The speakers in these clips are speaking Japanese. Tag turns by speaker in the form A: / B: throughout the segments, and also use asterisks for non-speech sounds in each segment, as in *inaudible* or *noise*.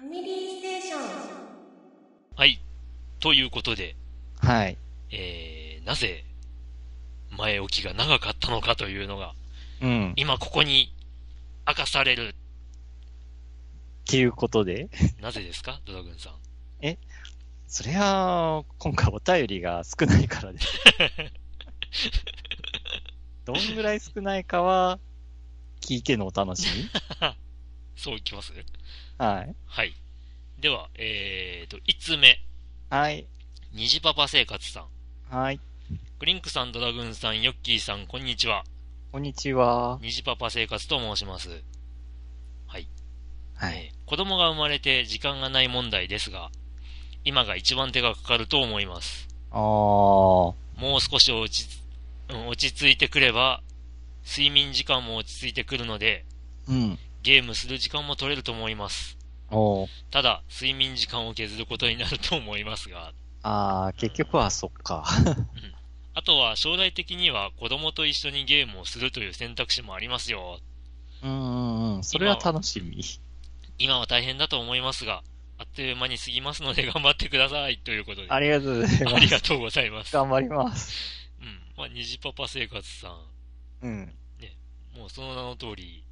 A: ーステーション
B: はい。ということで、
C: はい。
B: えー、なぜ、前置きが長かったのかというのが、
C: うん。
B: 今ここに明かされる。
C: っていうことで、
B: なぜですかドラグンさん。
C: そりゃあ、今回お便りが少ないから *laughs* です。どんぐらい少ないかは、聞いてのお楽しみ
B: そういきます
C: はい。
B: はい。では、えーと、5つ目。
C: はい。
B: 虹パパ生活さん。
C: はい。
B: クリンクさん、ドラグーンさん、ヨッキーさん、こんにちは。
C: こんにちは。
B: 虹パパ生活と申します。
C: はい。
B: 子供が生まれて時間がない問題ですが、今が一番手がかかると思います。
C: あー。
B: もう少し落ち,、うん、落ち着いてくれば、睡眠時間も落ち着いてくるので、
C: うん。
B: ゲームする時間も取れると思います。
C: おー。
B: ただ、睡眠時間を削ることになると思いますが、
C: あー、結局はそっか。
B: あとは将来的には子供と一緒にゲームをするという選択肢もありますよ。
C: うんうんうん。それは楽しみ。
B: 今は大変だと思いますが、あっという間に過ぎますので頑張ってくださいということで。
C: ありがとうござい
B: あ
C: ま
B: り
C: す。
B: がとうございます。うん。
C: 頑張ります。
B: まあ、虹パパ生活さん。
C: うん。
B: もうその名の通り、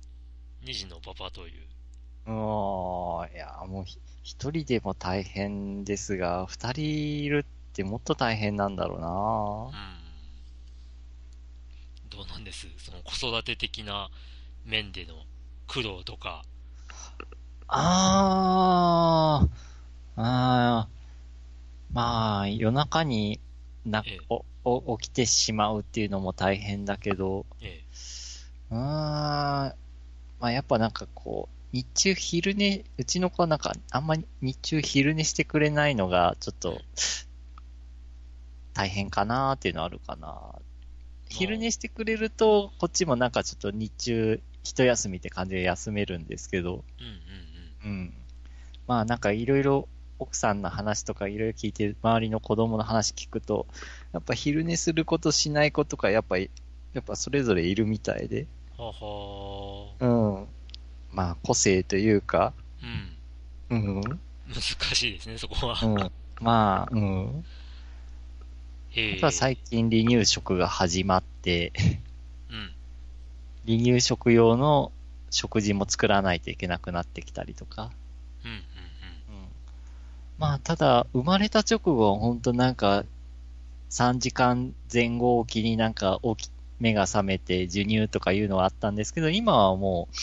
B: 二児のパパという。
C: もう、いや、もうひ、一人でも大変ですが、二人いるってもっと大変なんだろ
B: うん。どうなんですその子育て的な面での苦労とか。
C: うなああー、あーまあ、夜中にな
B: ええ、
C: お、お、起きてしまうっていうのも大変だけど、
B: え
C: うーん、まあやっぱなんかこう、日中昼寝、うちの子はなんかあんまり日中昼寝してくれないのがちょっと大変かなーっていうのあるかな。昼寝してくれると、こっちもなんかちょっと日中一休みって感じで休めるんですけど、
B: え。うんうんうん。
C: うん。まあなんかいろいろ奥さんの話とかいろいろ聞いて、周りの子供の話聞くと、やっぱ昼寝することしないことがやっぱり、やっぱそれぞれいるみたいで。
B: はは
C: うん。まあ、個性というか、
B: うん。
C: うん。
B: 難しいですね、そこは。
C: うん。まあ、うん。
B: *laughs* え
C: あとは最近離乳食が始まって、 *laughs*
B: うん。
C: 離乳食用の食事も作らないといけなくなってきたりとか。
B: うんうん
C: うん。まあ、ただ、生まれた直後は本当なんか、3時間前後おきになんか起き、目が覚めて授乳とかいうのはあったんですけど、今はもう、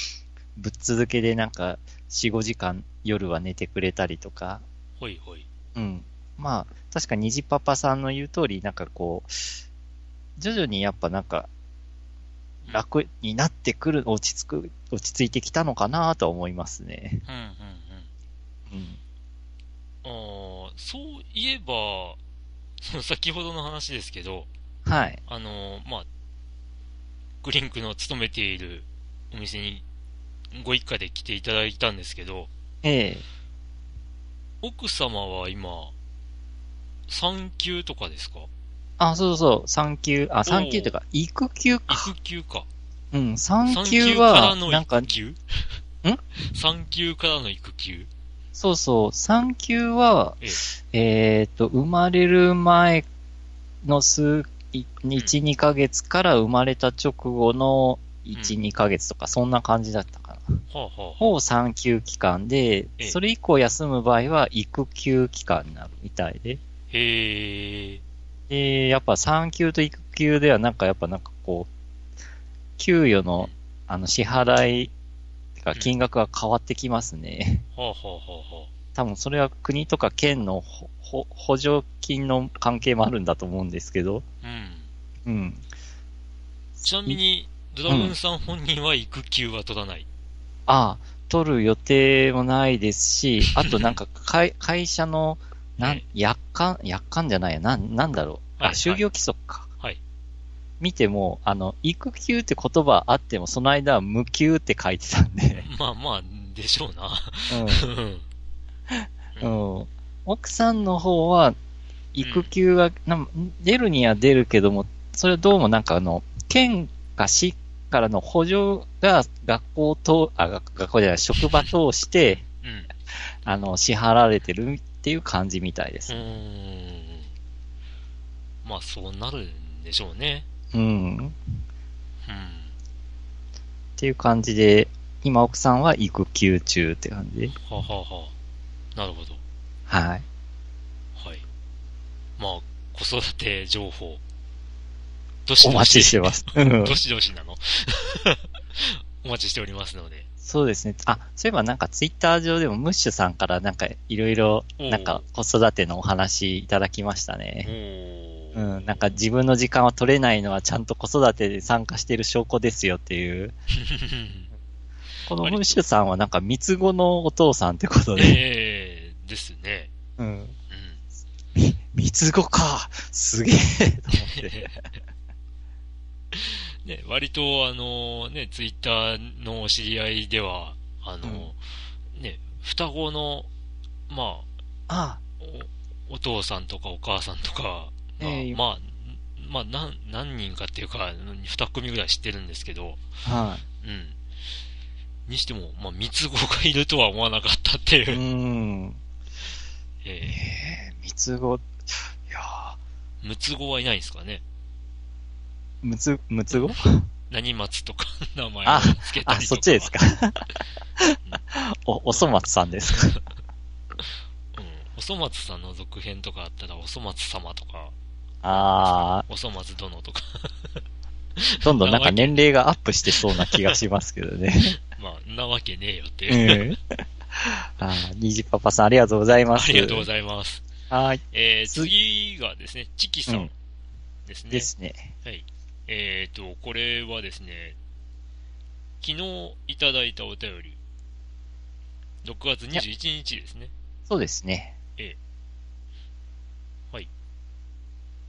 C: ぶっ続けでなんか、4、5時間夜は寝てくれたりとか、
B: うん。ほいほい。
C: うん。まあ、確か虹パパさんの言う通り、なんかこう、徐々にやっぱなんか、楽になってくる、落ち着く、落ち着いてきたのかなとは思いますね。
B: うんうんうん。
C: うん。
B: あーそういえば、その先ほどの話ですけど、
C: はい。
B: あのーまあ、グリンクの勤めているお店にご一家で来ていただいたんですけど、
C: ええ。
B: 奥様は今、産休とかですか
C: あ、そうそう、産休、あ、産休というか、育休か。
B: 育休か。
C: うん、
B: 産
C: 産
B: 休
C: 休
B: から
C: は、
B: の
C: なんか
B: 育、休ん *laughs* 産休からの育休
C: そうそう、産休は
B: え、
C: えっと、生まれる前の数、い
B: う
C: 1、2ヶ月から生まれた直後の1、
B: うん
C: 2ヶ月とか、そんな感じだったかな。
B: はあ、はあ、
C: を産休期間で
B: ええ、
C: それ以降休む場合は育休期間になるみたいで。
B: へえ。
C: で、やっぱ産休と育休ではなんかやっぱなんかこう、給与のあの支払い、てか
B: うん
C: 金額が変わってきますね。 *laughs*
B: はあ、はあはあはあ、
C: 多分それは国とか県のほほ補助金の関係もあるんだと思うんですけど。
B: うん。
C: うん。
B: ちなみに、ドラゴンさん本人は育休は取らない。
C: ああ、取る予定もないです
B: *laughs*
C: し、あとなんか会会社の、な
B: え
C: ん
B: え、
C: 約款、約款じゃないや、なん、なんだろう。
B: はいは
C: あ、
B: い
C: 就業規則か。
B: はい
C: 見ても、あの、育休って言葉あっても、その間は無給って書いてたんで、
B: まあまあ、でしょうな。 *laughs* うん
C: *laughs* うん。うん。奥さんの方は、育休が、なん出るには出るけども、それはどうもなんかあの、県か市からの補助が学校と、あ、学学校じゃない、職場通して、
B: うん。
C: あの、支払われてるっていう感じみたいで
B: う
C: す。
B: ーん。まあ、そうなるんでしょうね。
C: うん。
B: うん。
C: っていう感じで、今奥さんは育休中って感じで。
B: はあはあはあ。なるほど。
C: はい。
B: はい。まあ、子育て情報。どしどし
C: お待ちしてます。うん
B: どしどしなの *laughs* お待ちしておりますので。
C: そうですね。あ、そういえばなんかツイッター上でもムッシュさんからなんかいろいろ
B: おう
C: なんか子育てのお話いただきました
B: お
C: ね。
B: ー
C: うん、なんか自分の時間は取れないのはちゃんと子育てで参加してる証拠ですよっていう。このムッシュさんはなんか三つ子のお父さんってことで。
B: *laughs* ええですね。
C: うん。
B: うん。
C: 三つ子かすげえと思って。
B: ね、割と、あの、ね、ツイッターのお知り合いでは、あの、ね、双子の、まあ、
C: あ、
B: おお父さんとかお母さんとかが、
C: ええ
B: まあ、まあ、何何人かっていうか、2組ぐらい知ってるんですけど、
C: は
B: うん。にしても、まあ、三つ子がいるとは思わなかったって
C: い。う
B: いう。
C: ん。
B: え
C: えー、三つ子、いや
B: ー、六つ子はいないんですかね。
C: ーむつ、むつ子
B: 何松とか *laughs* 名前を
C: あ
B: つけたりとか。
C: あ、そっちですか。 *laughs* お、おそ松さんですか。
B: うん。おそ松さんの続編とかあったら、おそ松様とか、
C: あ
B: おそ松殿とか、 *laughs*
C: ー、どんどんなんか年齢がアップしてそうな気がしますけどね。
B: まあ、んなわけ *laughs* ねえよって
C: う
B: いう。
C: ん。 *laughs* あー、にじパパさんありがとうございま
B: あ
C: す。
B: りがとうご
C: い
B: ざいます。
C: ます。はーい。
B: えー、
C: す
B: 次がですね、チキさ
C: うんん
B: ですね。
C: ですね。
B: はい。えーと、これはですね、昨日いただいたお便り、6月21日ですね。
C: そうですね。
B: ええはい。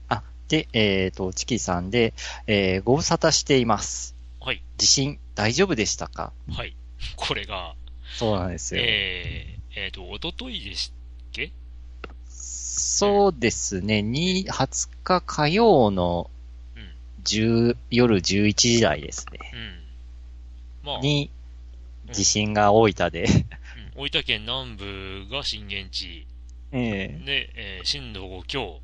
C: あ、で、えっ、と、チキさんで、えー、ご無沙汰しています。
B: はい。
C: 地震大丈夫でしたか
B: はい。 *laughs* これが、
C: そうなんですよ。
B: えー、えーと、おとといでしたっけ
C: そうですね。に20日火曜の
B: うん
C: 10夜11時台ですね。
B: うん。まあ、
C: に
B: うん
C: 地震が大分
B: *laughs*
C: で、
B: うん大分県南部が震源地
C: ええ
B: で、えー震度5強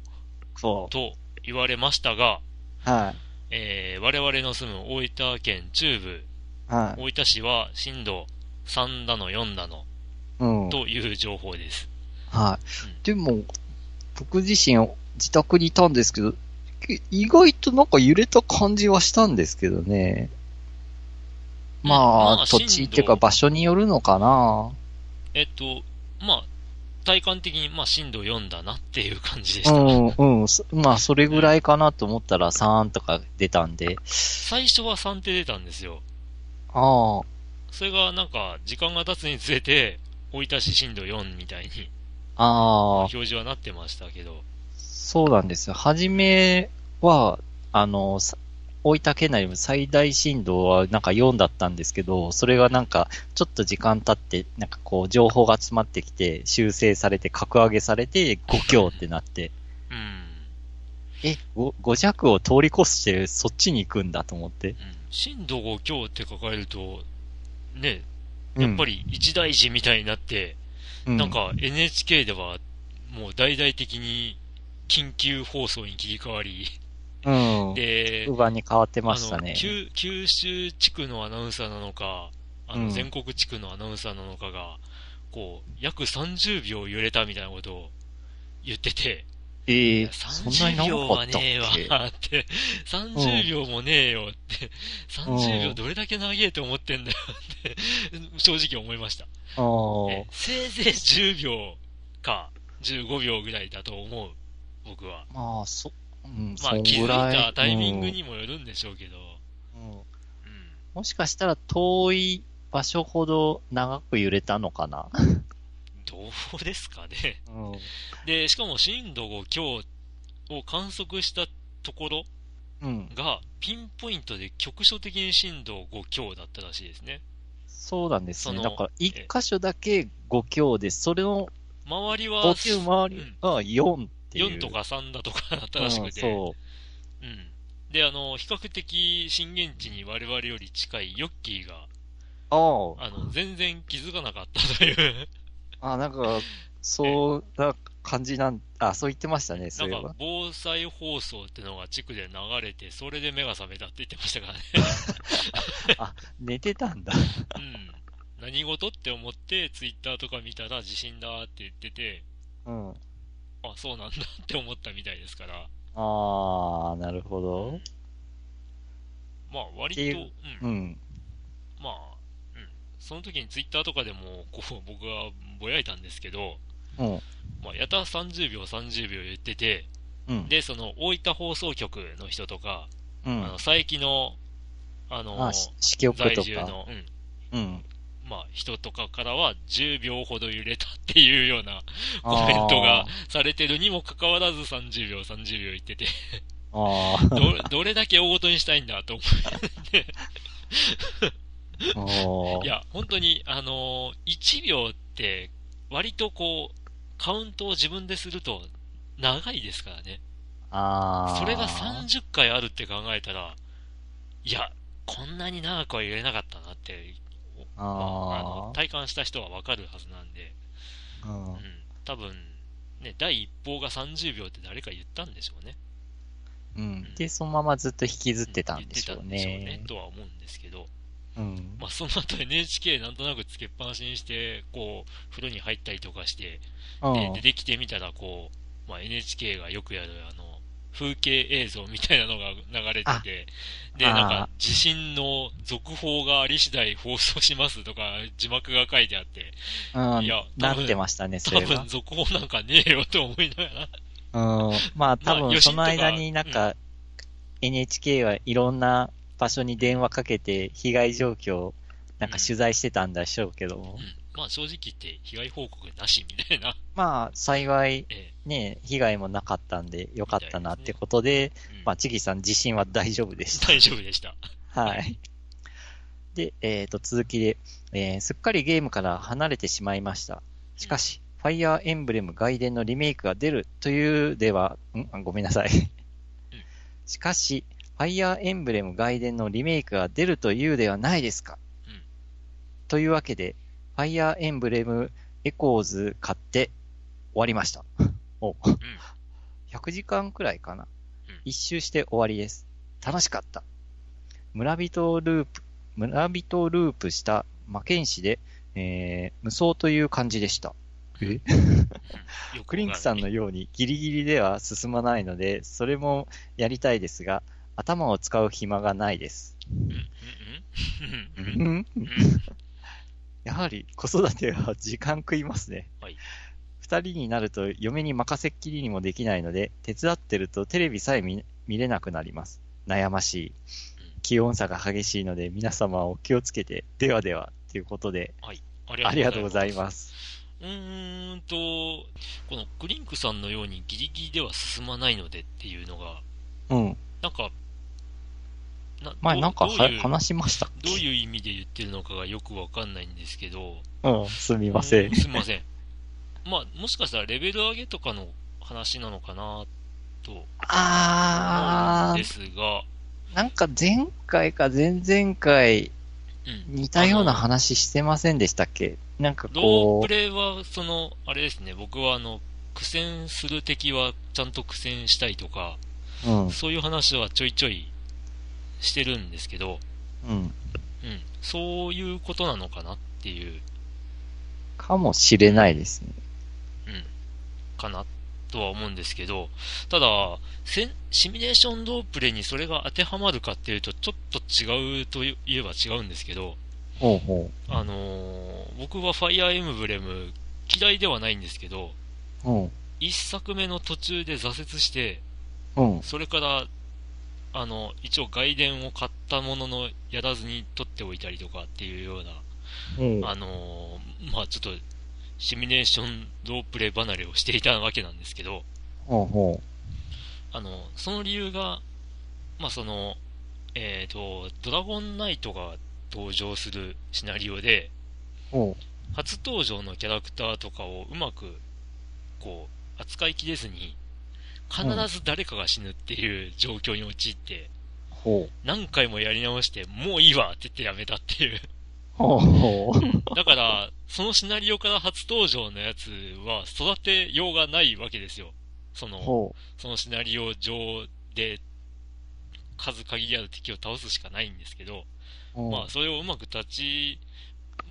C: そ
B: と言われましたが、
C: う。はい、
B: えー我々の住む大分県中部、
C: はい、
B: 大分市は震度3だの4だの
C: うん。
B: という情報です。
C: はい。でも、僕自身自宅にいたんですけど、け意外となんか揺れた感じはしたんですけどね。
B: ま
C: ま
B: あ
C: あ、土地
B: 震度
C: っていうか場所によるのかな。
B: えっと、まあ、体感的に、まあ、震度4だなっていう感じでし
C: う
B: た。
C: ん、うん。そまあ、それぐらいかなと思ったら3とか出たんで。
B: 最初は3って出たんですよ。
C: ああ、
B: それがなんか、時間が経つにつれて、大分市震度4みたいに
C: ああ
B: 表、示はなってましたけど、
C: そうなんですよ。はじめは、あの、さ大分県内でも最大震度はなんか4だったんですけど、それがなんかちょっと時間経って、なんかこう情報が詰まってきて、修正されて、格上げされて、5強ってなって、
B: うん。
C: え、5, 弱を通り越してそっちに行くんだと思って。
B: うん震度5強って書かれると、ね、
C: や
B: やっぱ、り一大事みたいになって、
C: う
B: なん、か NHK ではもう大々的に緊急放送に切り替わり、
C: うん。
B: で、
C: ウバに変わってました
B: あ
C: ね
B: の。九九州地区のアナウンサーなのか、あ
C: う
B: の
C: ん
B: 全国地区のアナウンサーなのかが、こう、約30秒揺れたみたいなことを言ってて、
C: ええそんな
B: 30
C: に長
B: 秒
C: か
B: は
C: ったっ
B: ねえ
C: け
B: わって、30秒もねえよって、30秒どれだけ長えと思ってん *laughs* だよって、正直思いました。
C: あー
B: えせいぜい10秒か15秒ぐらいだと思う、僕は。
C: まあ、そ、うん、
B: まあ
C: そ、ん
B: 気づ
C: ぐ
B: い
C: らい
B: たタイミングにもよるんでしょうけど、
C: うんうん
B: うん。
C: もしかしたら遠い場所ほど長く揺れたのかな。
B: どうですかね。
C: うん。
B: で、しかも震度5強を観測したところ
C: うん。
B: が、ピンポイントで局所的に震度5強だったらしいですね。
C: そうなんです
B: そ
C: ね。
B: の
C: だから、一箇所だけ5強で、それの
B: 周りは、
C: 5強周りが4っていう。
B: 4とか3だとかだったらしくて、
C: うんそ
B: うん。で、あの、比較的震源地に我々より近いヨッキーが、
C: う。あ *laughs*
B: あの、全然気づかなかったという。
C: あ。あ、なんか、そうな感じなん、あ、そう言ってましたね、そういえ
B: なんか
C: ば。
B: 防災放送ってのが地区で流れて、それで目が覚めたって言ってました
C: *laughs*
B: からね。
C: 寝てたんだ。
B: うん。何事って思って、ツイッターとか見たら地震だって言ってて、
C: うん。
B: あ、そうなんだって思ったみたいですから、
C: あー、なるほど。
B: まあ割
C: ってい
B: と、
C: う
B: う、
C: うんん。
B: まあ、うん。その時にツイッターとかでも、こう、 *laughs* 僕はぼやいたんですけど、
C: うん。
B: まあ、やたら30秒30秒言ってて、
C: うん。
B: で、その、大分放送局の人とか、
C: う
B: あ
C: ん
B: の、。佐伯の、あの、
C: あ、し四季奥
B: 在
C: と
B: 住
C: か。
B: の、うん、
C: うん。
B: まあ、人とかからは10秒ほど揺れたっていうような *laughs* コメントがされてるにもかかわらず30秒、30秒言ってて、
C: あー。あ
B: ど、
C: *laughs*
B: どれだけ大ごとにしたいんだと思
C: ー
B: *laughs*
C: お
B: う。い
C: ー
B: や、本当に、あのー1秒って、割とこう、カウントを自分ですると、長いですからね。
C: あー。
B: それが30回あるって考えたら、いや、こんなに長くは揺れなかったなって、
C: あ
B: まああの
C: あ
B: 体感した人はわかるはずなんで、
C: ー。
B: う
C: うんん。、
B: 多分ね、第一報が30秒って誰か言ったんでしょうね。
C: うん。で、そのままずっと引きずってたんでしょ
B: 言
C: う
B: ってたんでしょう
C: ね
B: ね。とは思うんですけど、
C: うん。
B: まあ、その後 NHK なんとなくつけっぱなしにして、こう、風呂に入ったりとかして、
C: うん
B: で出てきてみたら、こう、まあ、NHK がよくやる、あの、風景映像みたいなのが流れてて、で、
C: あー
B: なんか、地震の続報があり次第放送しますとか、字幕が書いてあって、
C: うん
B: いや多
C: な
B: 分
C: ってましたね、そ
B: 多
C: れは
B: 分。続報なんかねえよと思いながら、
C: うん。まあ多
B: 余震とか
C: 分その間になんか、NHK はいろんな場所に電話かけて被害状況をなんか取材してたんでしょうけども
B: うん。まあ、正直言って被害報告なしみたいな、
C: まあ幸い
B: え
C: ね、被害もなかったんでよかったなってことで
B: え、うん
C: まあ、ちぎさん自身は大丈夫でした。
B: 大丈夫でした。
C: はい。で、えっ、と、続きで、えーすっかりゲームから離れてしまいました。しかし、ファイアーエンブレム外伝のリメイクが出るというでは、んあごめんなさい。しかし、ファイアーエンブレム外伝のリメイクが出るというではないですか。
B: うん
C: というわけで、ファイアーエンブレムエコーズ買って終わりました。 *laughs* お、100時間くらいかな。一周して終わりです。楽しかった。村人ループ、村人ループした魔剣士で、えー、無双という感じでした。え
B: うんよく
C: クリンクさんの
B: わ
C: ようにギリギリでは進まないので、それもやりたいですが、頭を使う暇がないです。
B: かんない、うん、うん、うん、うん、
C: ん
B: うんうん
C: やはり子育ては時間食いますね。
B: はい。
C: 二人になると嫁に任せっきりにもできないので、手伝ってるとテレビさえ見見れなくなります。悩ましい。気温差が激しいので皆様はお気をつけて、ではでは、ということで、ありがとうございます
B: *laughs*
C: す。
B: うーんと、このクリンクさんのようにギリギリでは進まないのでっていうのが、
C: うん。
B: なんか、な
C: 前
B: どう
C: なんかは
B: どういう
C: 話しましたっけ
B: どういう意味で言ってるのかがよくわかんないんですけど、
C: うん、すみませ。
B: うんすみません。まあ、もしかしたらレベル上げとかの話なのかなと思う
C: あ
B: んですが、
C: ー、なんか前回か前々回
B: うん
C: 似たような話してませんでしたっけなんか
B: ロー
C: こ
B: プレイは、その、あれですね、僕はあの、苦戦する敵はちゃんと苦戦したいとか、
C: う、うん、
B: そういう話はちょいちょいしてるんですけど、
C: うん、
B: うん、そういうことなのかなっていう、
C: かもしれないですね。
B: うん、かなとは思うんですけど、ただ、せんシミュレーションロープレイにそれが当てはまるかっていうと、ちょっと違うといえば違うんですけど、
C: ほうほ
B: あのー僕はファイアーエムブレム嫌いではないんですけど、
C: う。うん、
B: 一作目の途中で挫折して、
C: うん、
B: それから、あの、一応外伝を買ったものの、やらずに取っておいたりとかっていうような、
C: うん。
B: あのーまあちょっと、シミュレーションロープレイ離れをしていたわけなんですけど、
C: ほうほ
B: あの、その理由が、まあその、えっ、と、ドラゴンナイトが登場するシナリオで、
C: う。ほ
B: 初登場のキャラクターとかをうまく、こう、扱いきれずに、必ず誰かが死ぬっていう状況に陥って、
C: う。ほう。
B: 何回もやり直して、もういいわって言ってやめたっていう。
C: おお。
B: だから、そのシナリオから初登場のやつは育てようがないわけですよ。その、
C: ほ
B: そのシナリオ上で数限りある敵を倒すしかないんですけど、
C: う。
B: まあ、それをうまく立ち、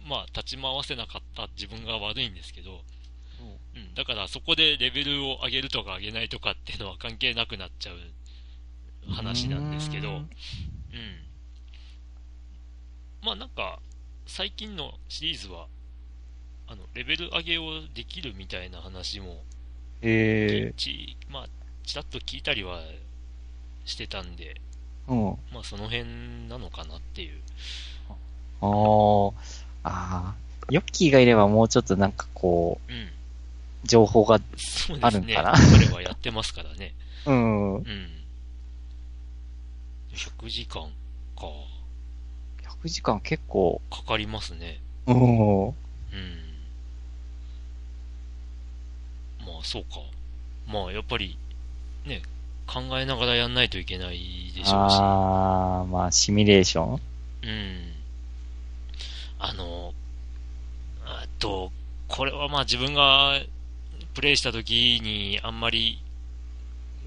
B: まあ、立ち回せなかった自分が悪いんですけど、うん、だからそこでレベルを上げるとか上げないとかっていうのは関係なくなっちゃう話なんですけど、
C: う
B: う
C: ー
B: ん
C: ん
B: まあなんか、最近のシリーズは、あの、レベル上げをできるみたいな話も、
C: へえ。
B: ち、まあ、ちらっと聞いたりはしてたんで、
C: うん。あ
B: まあその辺なのかなっていう。
C: あ。ああ。ヨッキーがいればもうちょっとなんかこ
B: うん。
C: う、情報が、
B: そうで
C: あ
B: す
C: るん
B: ね。
C: かな
B: 彼はやってますからね。
C: うん。
B: うん。100時間か。
C: 100時間結構、
B: かかりますね。
C: うん。
B: うん。まあ、そうか。まあ、やっぱり、ね、考えながらやんないといけないでしょうし。
C: ああ、まあ、シミュレーション
B: うん。あの、あと、これはまあ自分がプレイした時にあんまり、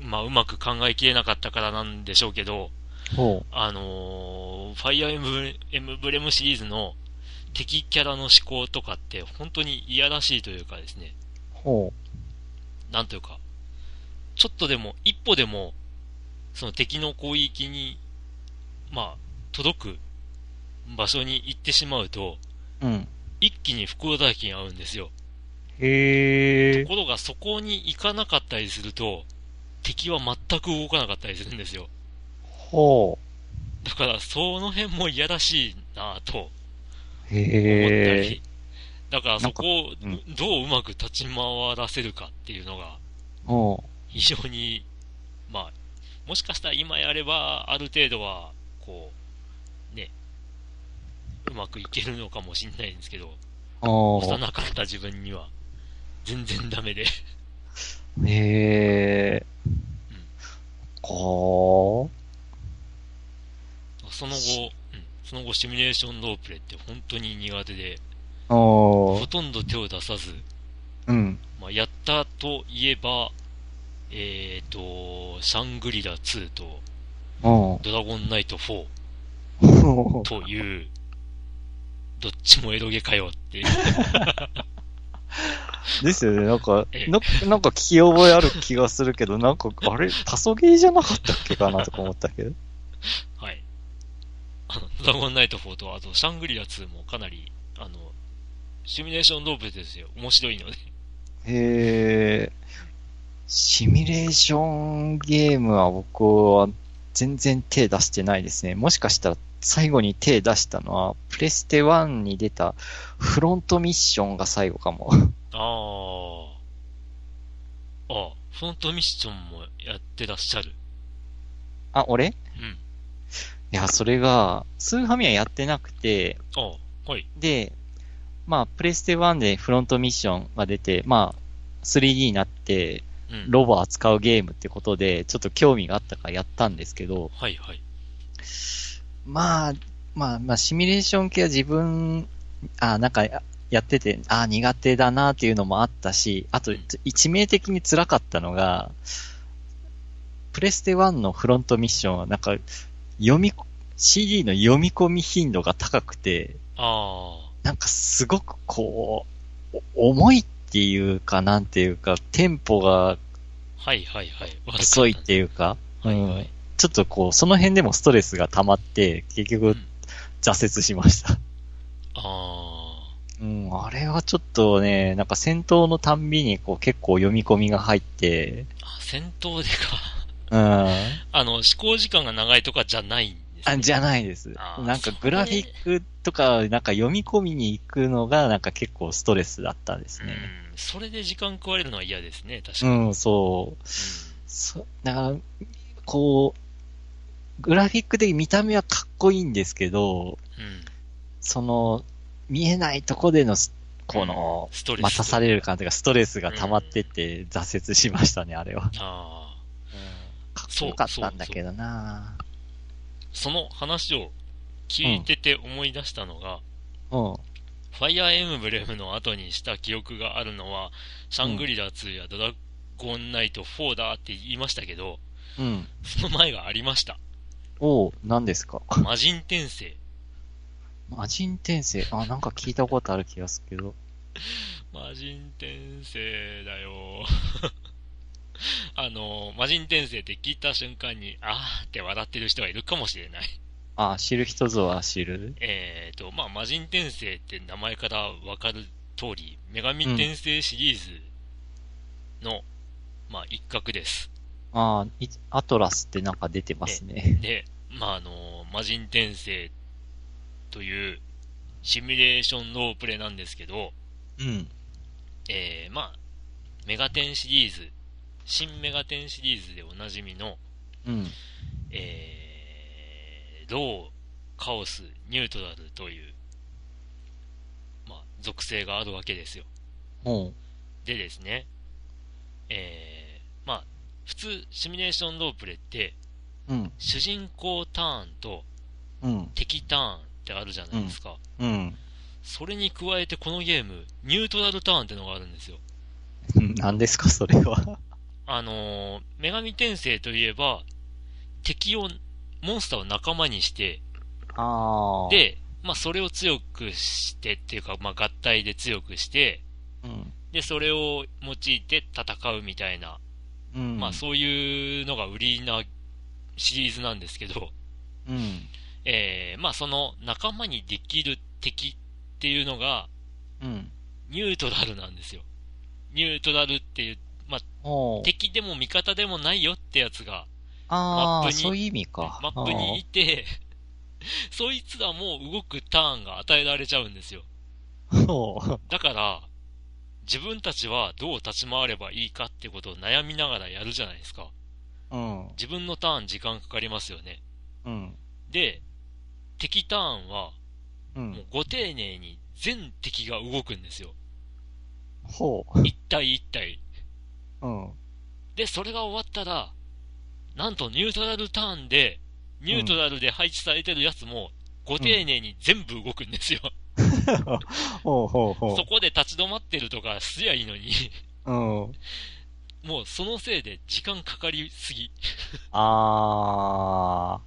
B: まあうまく考えきれなかったからなんでしょうけど、
C: ほ
B: あのーファイアーエムブレエムブレムシリーズの敵キャラの思考とかって本当にいやらしいというかですね、
C: う。ほ
B: なんというか、ちょっとでも、一歩でも、その敵の攻撃に、まあ、届く場所に行ってしまうと、
C: う。うん。
B: 一気に袋叩きに合うんですよ。
C: へ
B: と。ころがそこに行かなかったりすると、敵は全く動かなかったりするんですよ。
C: ほ
B: だから、その辺もいやらしいなぁと。
C: う。
B: 思った
C: へえ。
B: り、だからそこを
C: なんか
B: どううまく立ち回らせるかっていうのが
C: ほ
B: 非常に、まあ、もしかしたら今やればある程度はこうねうまくいけるのかもしれないんですけど
C: う。ほ
B: 幼かった自分には全然ダメで *laughs*
C: う。へえ。こ
B: その後、うん、その後シミュレーションロープレって本当に苦手で
C: う。お
B: ほ
C: う。
B: とんど手を出さず
C: うん。
B: まあ、やったといえば、えっ、と、シャングリラ2と
C: ほ
B: ドラゴンナイト4
C: う。ほう。
B: という、どっちもエロゲかよっていう。
C: *laughs* ですよね。なんか
B: え、え
C: ななんか聞き覚えある気がするけど、なんか、あれ、タソゲーじゃなかったっけかなとか思ったけど。
B: はい。 *laughs* あの、ドラゴンナイト4と、あと、シャングリラ2もかなり、あの、シミュレーションロープレですよ。面白いので。
C: へえ。シミュレーションゲームは僕は全然手出してないですね。もしかしたら最後に手出したのは、プレステ1に出たフロントミッションが最後かも。 *laughs*
B: ああ。ああ、フロントミッションもやってらっしゃる。
C: あ、俺い
B: うん。
C: や、それが、スーファミはやってなくて、
B: ああ、はい。
C: で、まあ、プレステ1でフロントミッションが出て、まあ、3D になって、
B: うん。
C: ロボ扱うゲームってことで、ちょっと興味があったからやったんですけど、
B: はいはい。
C: まあ、まあ、まあ、シミュレーション系は自分、あなんかややってて、あ苦手だなっていうのもあったし、あと、
B: うん
C: 一命的に辛かったのが、プレステ1のフロントミッションは、なんか、読み、CD の読み込み頻度が高くて、
B: あ
C: なんかすごくこう、お重いっていうか、なんていうか、テンポが
B: あ、はいはいはい。
C: 遅いっていうか、う
B: はいはい
C: ん、ちょっとこう、その辺でもストレスが溜まって、結
B: うん
C: 局、挫折しました。
B: あ
C: うん、あれはちょっとね、なんか戦闘のたんびにこう結構読み込みが入って、
B: ーあ、戦闘でか。 *laughs*
C: うん、あ
B: あの、思考時間が長いとかじゃないんです、ね。
C: じゃないです。
B: あー
C: なんかグラフィックとか、なんか読み込みに行くのがなんか結構ストレスだったですね。
B: うん。それで時間食われるのは嫌ですね、確か
C: う
B: に。うん。
C: ん、そう。そだから、こう、グラフィック的に見た目はかっこいいんですけど、
B: うん
C: その、見えないとこでのす、この、
B: ストレス。
C: 待たされる感じがストレスが溜まってて挫折しましたね、あれは。
B: ああ。
C: かっこよかったんだけどな
B: その話を聞いてて思い出したのが、
C: ううん。
B: ファイアーエムブレムの後にした記憶があるのは、シャングリラ2やドラゴンナイト4だって言いましたけど、
C: うん。
B: その前がありました。
C: おう、何ですか
B: 魔人転生。
C: 魔人転生。あ、なんか聞いたことある気がするけど。
B: 魔人転生だよ。 *laughs* あの、魔人転生って聞いた瞬間に、あーって笑ってる人がいるかもしれない。
C: あ、知る人ぞは知る。
B: えーと、まあ、魔人転生って名前からわかる通り、女神転生シリーズの、まあ、一角です。
C: あいアトラスってなんか出てますね。
B: で、まあ、あの、魔人転生というシミュレーションロープレなんですけど、
C: うん。
B: えー、まあ、メガテンシリーズ、新メガテンシリーズでおなじみの、
C: うん。
B: えー、ロー、カオス、ニュートラルという、まあ、属性があるわけですよ。
C: おう。
B: でですね、えー、まあ、普通、シミュレーションロープレって、
C: うん。
B: 主人公ターンと
C: うん。
B: 敵ターンってあるじゃないですか。
C: うん。
B: それに加えてこのゲーム、ニュートラルターンってのがあるんですよ。
C: 何ですか、それは。
B: あのー女神転生といえば、敵を、モンスターを仲間にして、
C: ああ。、
B: で、まあ、それを強くしてっていうか、まあ、合体で強くして、
C: うん。
B: で、それを用いて戦うみたいな、
C: うん。
B: まあ、そういうのが売りなシリーズなんですけど、
C: うん。
B: えー、まあ、その仲間にできる敵っていうのが、
C: うん。
B: ニュートラルなんですよ。ニュートラルっていう、まあ、
C: おう。
B: 敵でも味方でもないよってやつが、
C: あ
B: マップ
C: あ、
B: に
C: そういう意味か。
B: マップにいて、 *laughs* そいつらも動くターンが与えられちゃうんですよ。
C: あー。おう。
B: だから、自分たちはどう立ち回ればいいかってことを悩みながらやるじゃないですか。
C: うん。
B: 自分のターン時間かかりますよね。
C: うん。
B: で、敵ターンは、
C: う。
B: もうんご丁寧に全敵が動くんですよ。
C: ほう。
B: 一体一体。
C: うん。
B: で、それが終わったら、なんとニュートラルターンで、ニュートラルで配置されてるやつも、ご丁寧に全部動くんですよ。
C: ほうほう
B: *laughs*
C: ほ
B: そこで立ち止まってるとかすりゃいいのに、 *laughs*
C: う。うん。
B: もうそのせいで時間かかりすぎ。 *laughs*
C: あ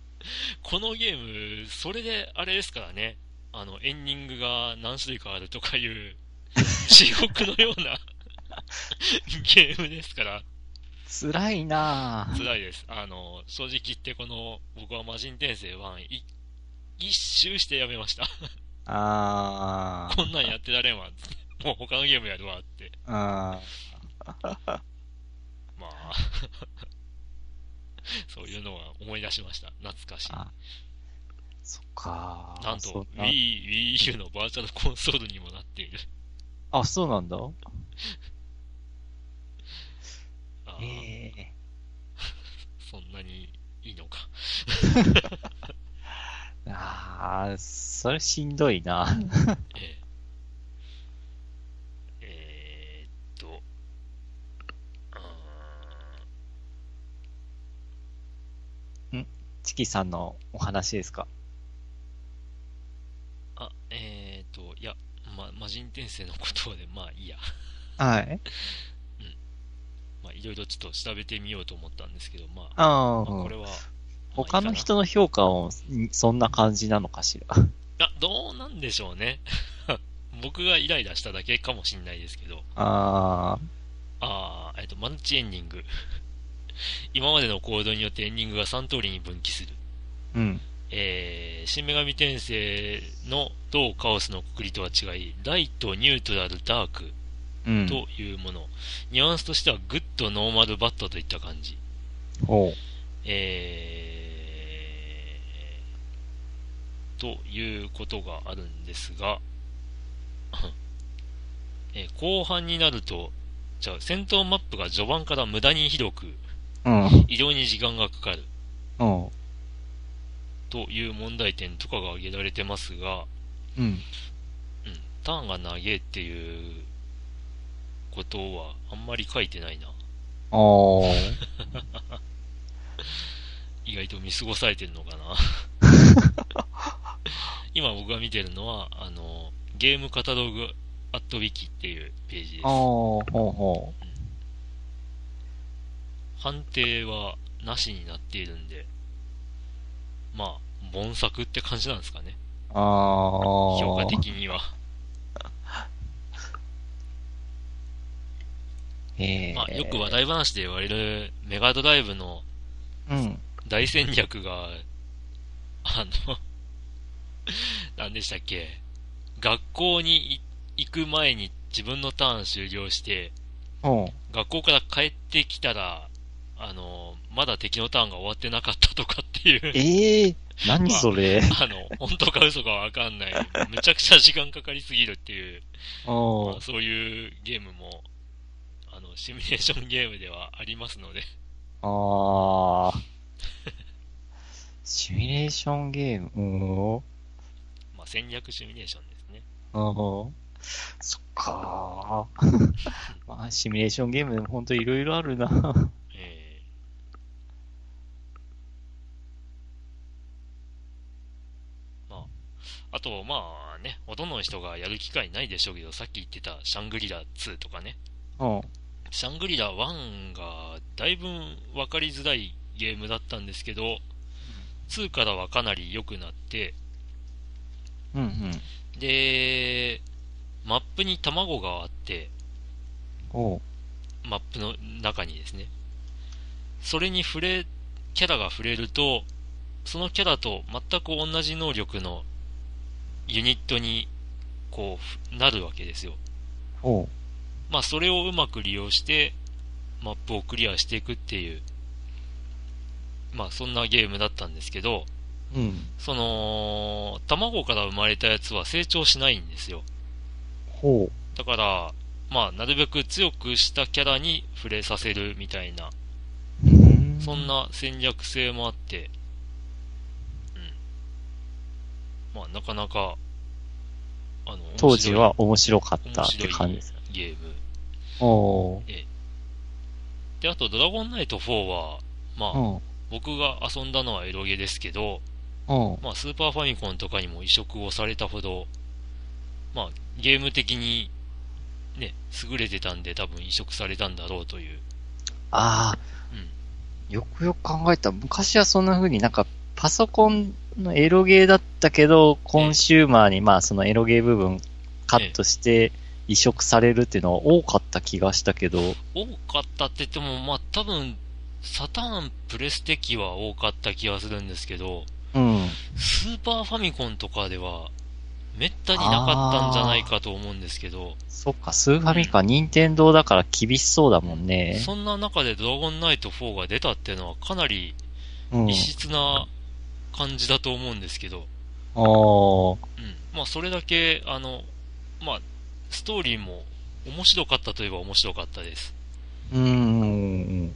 B: このゲーム、それであれですからね、あの、エンディングが何種類かあるとかいう、地獄のような *laughs* ゲームですから、
C: ー、辛いなぁ。
B: 辛いです。あの、正直言ってこの、僕は魔人転生1、い一周してやめました。
C: あ
B: こんなんやってられんわ。もう他のゲームやるわって。
C: あ。
B: まあ、 *laughs* そういうのは思い出しました。懐かしい。
C: あそっか
B: なん
C: そ
B: と
C: う
B: Wii、Wii U のバーチャルコンソールにもなっている。
C: あ、そうなんだ。
B: あー
C: ええ
B: そんなにいいのか。
C: ああ、それしんどいな。
B: えええーっと、う
C: チキさんのお話ですか。
B: ーんあ、えーっと、いや、ま、魔人転生のことで、まあいいや。
C: はい。
B: まあいろいろちょっと調べてみようと思ったんですけど、まあ、
C: あ
B: まあこ
C: あ
B: れ、は、まあ
C: 他の
B: いいか
C: 人の評価もんそんな感じなのかしら。
B: なあ、どうなんでしょうね。 *laughs* 僕がイライラしただけかもしれないですけど。
C: ああ、
B: あー、えっと、マルチエンディング。 *laughs* 今までの行動によってエンディングが3通りに分岐する。
C: うん。
B: えー、新女神転生の同カオスのくくりとは違い、ライト、ニュートラル、ダーク
C: うん。
B: というもの、ニュアンスとしてはグッド、ノーマル、バッドといった感じ。
C: ほう。
B: えー、ということがあるんですが、 *laughs* えー後半になると、じゃあ戦闘マップが序盤から無駄に広く、
C: うん。
B: 移動に時間がかかる
C: うん。
B: という問題点とかが挙げられてますが、
C: うん。
B: うん、ターンが長えっていうことはあんまり書いてないな。
C: おー。 *laughs*
B: 意外と見過ごされてるのかな。今僕が見てるのは、あの、ゲームカタログアットウィキっていうページです。
C: ああ、ほうほ
B: 判定はなしになっているんで、まあ、盆作って感じなんですかね。
C: う。ああ。
B: 評価的には。
C: ええ
B: まあ、よく話題話で言われるメガドライブの
C: うん。
B: 大戦略が、あの、 *laughs* 何でしたっけ、学校にい行く前に自分のターン終了して、
C: ほ
B: 学校から帰ってきたら、あの、まだ敵のターンが終わってなかったとかっていう
C: う。ええ何それ。
B: あの、本当か嘘かわかんない。むちゃくちゃ時間かかりすぎるっていう、
C: お
B: まあそういうゲームも、あの、シミュレーションゲームではありますので、
C: ああ。 *laughs* シミュレーションゲーム。
B: まあ、戦略シミュレーションですね。
C: うん。うん。そっかー。 *laughs* まあ、シミュレーションゲームでもほんといろいろあるな。
B: えーまあ、あと、まあね、ほとんどの人がやる機会ないでしょうけど、さっき言ってたシャングリラ2とかね、
C: うん。
B: シャングリラ1がだいぶ分かりづらいゲームだったんですけど、2からはかなり良くなって、
C: うんうん。
B: で、マップに卵があって、
C: おう。
B: マップの中にですね。それに触れ、キャラが触れると、そのキャラと全く同じ能力のユニットに、こう、ふなるわけですよ。
C: おう。
B: まあ、それをうまく利用して、マップをクリアしていくっていう、まあ、そんなゲームだったんですけど、
C: うん。
B: その、卵から生まれたやつは成長しないんですよ。
C: ほ
B: だから、まあ、なるべく強くしたキャラに触れさせるみたいな、
C: う。うん
B: そん。な戦略性もあって、うん。まあ、なかなか、あの、
C: 当時は
B: 面
C: 面白かった
B: 白
C: っ
B: い
C: て感じです。
B: 面白いゲーム。
C: おう。
B: で、あと、ドラゴンナイト4は、ま
C: う
B: あ、
C: ん。
B: 僕が遊んだのはエロゲですけど、
C: うん。
B: まあ、スーパーファミコンとかにも移植をされたほど、まあ、ゲーム的に、ね、優れてたんで、多分移植されたんだろうという。
C: ああ、
B: うん。
C: よくよく考えた。昔はそんな風になんか、パソコンのエロゲーだったけど、コンシューマーにまあそのエロゲー部分カットして移植されるっていうのは多かった気がしたけど、
B: 多かったって言っても、まあ、多分、サターン、プレステ機は多かった気がするんですけど、
C: うん。
B: スーパーファミコンとかでは、めったになかったんじゃないかと思うんですけど、
C: そっか、スーファミか、任天堂だから厳しそうだもんね。
B: そんな中でドラゴンナイト4が出たっていうのは、かなり
C: うん
B: 異。質な感じだと思うんですけど、
C: あー
B: うん。まあ、それだけ、あの、まあ、ストーリーも面白かったといえば面白かったです。
C: うん。
B: うん。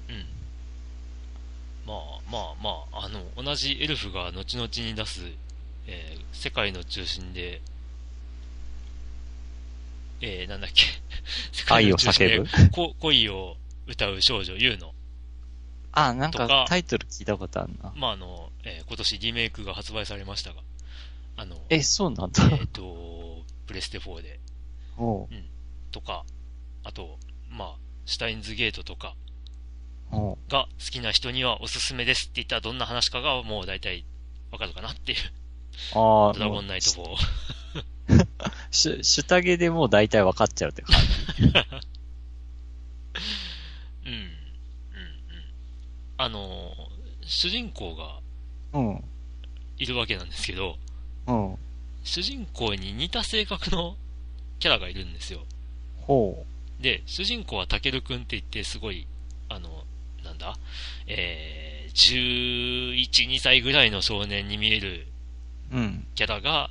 B: まあまあまあ、あの、同じエルフが後々に出す、えー世界の中心で、えーなんだっけ、 *laughs* 世界
C: 愛
B: の
C: を
B: 中心で
C: 叫ぶ
B: こ恋を歌う少女、ユーの、
C: あ、なん
B: とか
C: かタイトル聞いたことあるな。
B: まああの、えー今年リメイクが発売されましたが、あの、えっ、
C: え、そうなんだ。
B: と、プレステ4で、
C: おう
B: とか、あと、まあ、シュタインズゲートとか
C: おう
B: が好きな人にはおすすめですって言ったらどんな話かがもう大体わかるかなっていう。
C: ああ、
B: ドラゴンナイト4。
C: シュ、シュタゲでもう大体わかっちゃうって感じ。
B: うん。うん。うん。あの、主人公が
C: うん。
B: いるわけなんですけど、
C: うん。
B: 主人公に似た性格のキャラがいるんですよ。
C: ほう。
B: で、主人公はタケルくんって言って、すごい、あの、なんだ、えー、11、2歳ぐらいの少年に見える
C: うん。
B: キャラが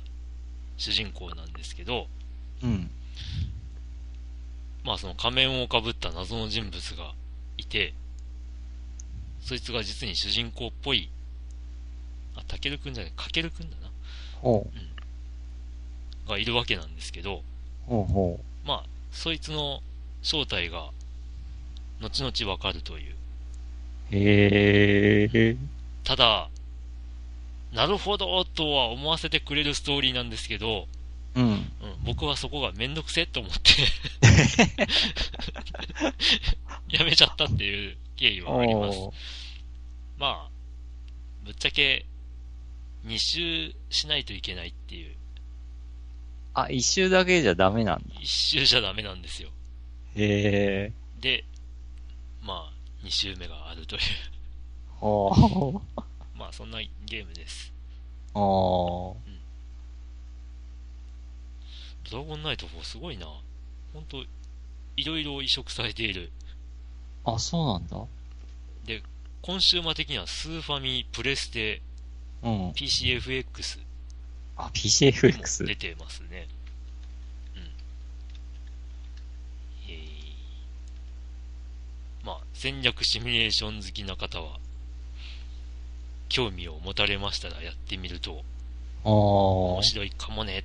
B: 主人公なんですけど、
C: うん。
B: まあその仮面をかぶった謎の人物がいて、そいつが実に主人公っぽい、あ、たけるくんじゃない、かけるくんだな、
C: ほう。
B: がいるわけなんですけど、
C: ほうほ
B: まあ、そいつの正体が、後々わかるという。
C: う。へえ。
B: ただ、なるほどとは思わせてくれるストーリーなんですけど、
C: うん。
B: うん、僕はそこがめんどくせえと思って *laughs* やめちゃったっていう経緯はあります。
C: おー
B: まあ、ぶっちゃけ2周しないといけないっていう、
C: あ、一周だけじゃダメなんだ。
B: 1周じゃダメなんですよ。
C: へえ。
B: で、まあ、2周目があるという、 *laughs*
C: おー。
B: まあそんなゲームです。
C: おー。
B: ドラゴンナイト4すごいな。ほんと、いろいろ移植されている。
C: あ、そうなんだ。
B: コンシューマー的にはスーファミ、プレステ、
C: うん。
B: PCFX
C: あ、
B: も
C: PCFX
B: 出。てますね。うん。えーまあ、戦略シミュレーション好きな方は、興味を持たれましたらやってみると
C: お
B: 面
C: ー。
B: 白いかもね。っ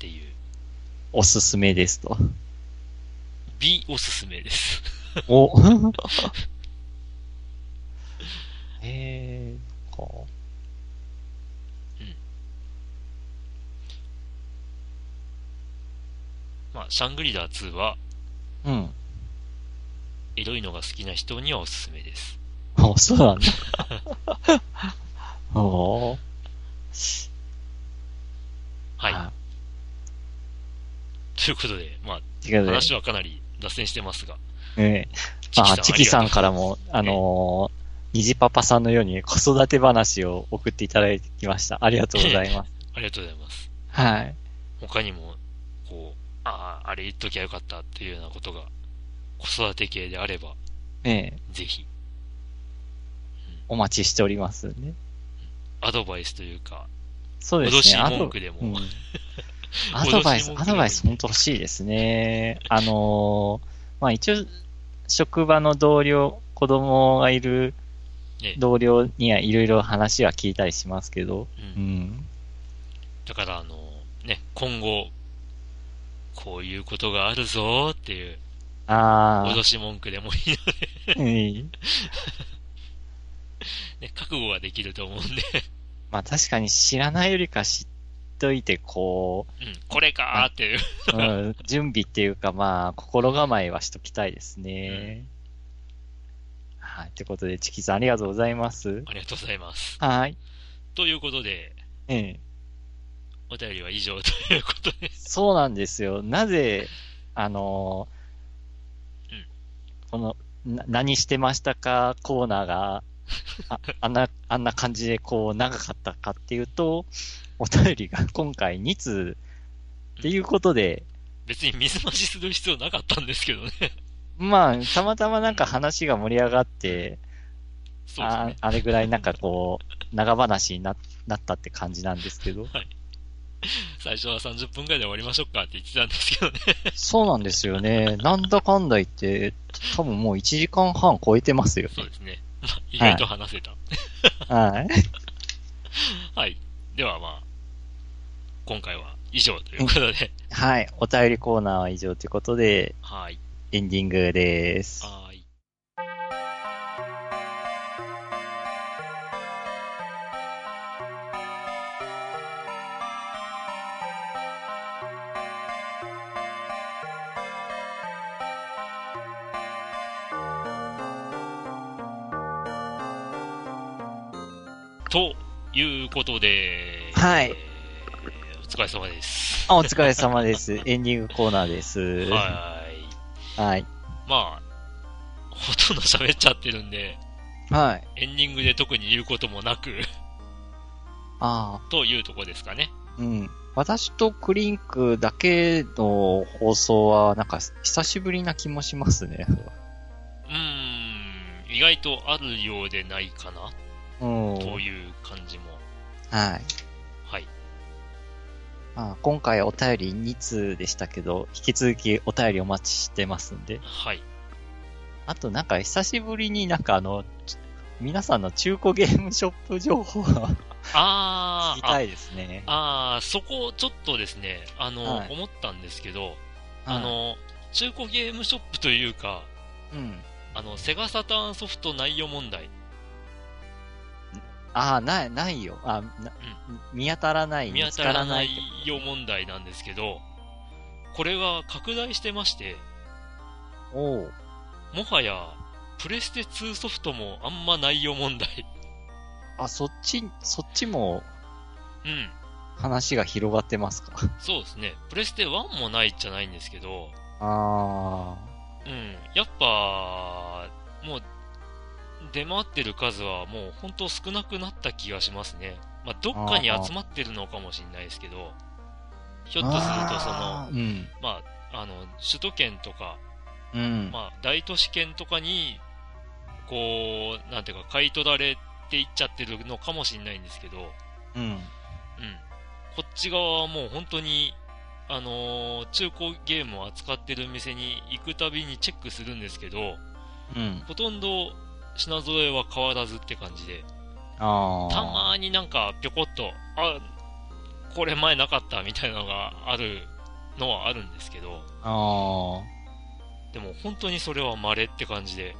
B: ていう、
C: おすすめですと。
B: B おすすめです。 *laughs*
C: おへえ。か。
B: まあ、シャングリラ2は、
C: うん。
B: エロいのが好きな人にはおすすめです。
C: あ、そう *laughs* なんだ。おー。
B: はい。ということで、まあ、
C: い。違うね。
B: 話はかなり脱線してますが、。
C: ねあ、チキさんかららも、あのー、虹パパさんのように子育て話を送っていただいてきました。ありがとうございます。
B: ありがとうございます。
C: はい。
B: 他にも、こう、ああ、あれ言っときゃよかったっていうようなことが、子育て系であれば、
C: ねえ
B: ぜひ、
C: お待ちしておりますね。
B: アドバイスというか、
C: そうですね。
B: 脅し文句でも
C: あとうんア *laughs* ドバイス
B: 脅し文句で、も
C: アドバイス本当欲しいですね。あのーまあ一応、職場の同僚、子供がいる
B: ね
C: 同僚にはいろいろ話は聞いたりしますけど、
B: うん
C: うん。
B: だから、あの、ね、今後、こういうことがあるぞーっていう、
C: あ
B: 脅し文句でもいいの
C: あ、うん。
B: で、ね、 *laughs* 覚悟ができると思うんで、
C: まあ確かに知らないよりか知っといて、こう、
B: うん、これかーっていう。
C: うん、準備っていうか、まあ、心構えはしときたいですね。はい。ということで、チキさんありがとうございます。
B: ありがとうございます。
C: はい。
B: ということで、
C: ええ。
B: お便りは以上ということで、
C: そうなんですよ。なぜ、あのー
B: うん
C: この、な何してましたかコーナーが、ああんな、あんな感じでこう長かったかっていうと、お便りが今回2通っていうことで、
B: 別に水増しする必要なかったんですけどね。
C: まあ、たまたまなんか話が盛り上がって、
B: そうです
C: あ
B: ね。
C: あれぐらいなんかこう、長話にななったって感じなんですけど。
B: 最初は30分くらいで終わりましょうかって言ってたんですけどね。
C: そうなんですよね。なんだかんだ言って、多分もう1時間半超えてますよ。
B: そうです *laughs* ね。まあ、意外と話せた。はい、
C: はい。
B: ではまあ、今回は以上ということで。
C: はい。お便りコーナーは以上ということで、
B: はい。
C: エンディングです。
B: はい。ということで、
C: は
B: え
C: い
B: ーお疲れ様です。
C: あお疲れ様です。エンディングコーナーです。
B: はい。
C: はい。
B: まあ、ほとんど喋っちゃってるんで、
C: はい。
B: エンディングで特に言うこともなく、 *laughs*
C: あ
B: というとこですかね。
C: あ、うん。私とクリンクだけの放送は、なんか久しぶりな気もしますね。
B: うーん、意外とあるようでないかな、
C: うん。は
B: と
C: い。
B: いう感じも。はい。
C: まあ、今回お便り2通でしたけど、引き続きお便りお待ちしてますんで。 *laughs*
B: はい。
C: あとなんか久しぶりになんかあの、ち皆さんの中古ゲームショップ情報が聞
B: あ
C: き
B: ー、
C: た
B: あ
C: いですね。
B: あーそこちょっとですね、あの、
C: はい
B: 思ったんですけど、
C: はい
B: あ、の、中古ゲームショップというか、
C: うん。
B: あの、セガサターンソフト内容問題。
C: あああ、ない、ないよ。あ、な見当たらない。
B: 見当たらない
C: 見つ
B: よ問題なんですけど、これが拡大してまして、
C: からないおう
B: もはや、プレステ2ソフトもあんまないよ問題。
C: あ、そっち、そっちも
B: うん。
C: 話が広がってます
B: *laughs*
C: か。
B: そうですね。プレステ1もないじゃないんですけど、
C: あ
B: うん。やっぱ、もう、出回ってる数はもう本当少なくなった気がしますね。まあ、どっかに集まってるのかもしれないですけど、ひ
C: あ。
B: ょっとするとその、
C: あーうん。
B: まあ、あの、首都圏とか、
C: うん。
B: まあ、大都市圏とかに、こう、なんていうか、買い取られていっちゃってるのかもしれないんですけど、うん。
C: うん。
B: こっち側はもう本当に、あのー中古ゲームを扱ってる店に行くたびにチェックするんですけど、
C: うん。
B: ほとんど品揃えは変わらずって感じで、
C: ああ。
B: たまになんかぴょこっと、あ、これ前なかったみたいなのがあるのはあるんですけど、
C: ああ。
B: でも本当にそれは稀って感じで、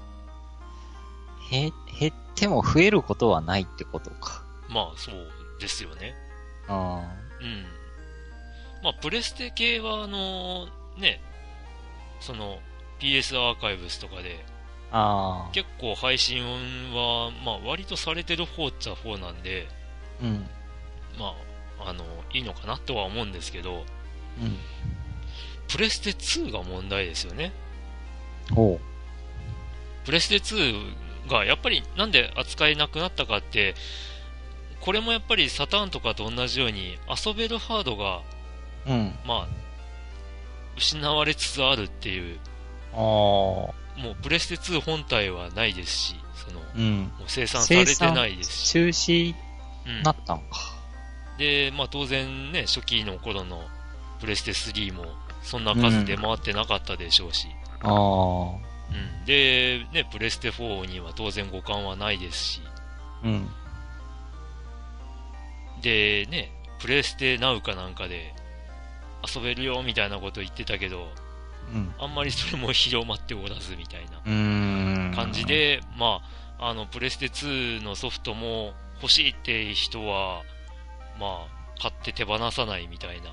C: へ、減っても増えることはないってことか。
B: まあそうですよね。
C: あ
B: うん。まあプレステ系はあのね、その PS アーカイブスとかで
C: あ。あ
B: 結構配信はまあ割とされてる方っちゃ方なんで、
C: あ。うん。
B: まああのいいのかなとは思うんですけど、
C: うん。
B: プレステ2が問題ですよね。
C: ほ
B: プレステ2がやっぱりなんで扱えなくなったかってこれもやっぱりサターンとかと同じように遊べるハードが
C: う。うん。
B: まあ失われつつあるっていう
C: ああ。
B: もうプレステ2本体はないですしそのも
C: うん。
B: う生産されてないですし、
C: 中止に
B: うん
C: なったんか。
B: でまあ当然ね初期の頃のプレステ3もそんな数出回ってなかったでしょうし、
C: ああ。
B: うんでねプレステ4には当然互換はないですし
C: うん。
B: でねプレステナウかなんかで遊べるよみたいなこと言ってたけど
C: うん。
B: あんまりそれも広まっておらずみたいな
C: うーん。
B: 感じ。で、まああのプレステ2のソフトも欲しいって人はまあ買って手放さないみたいな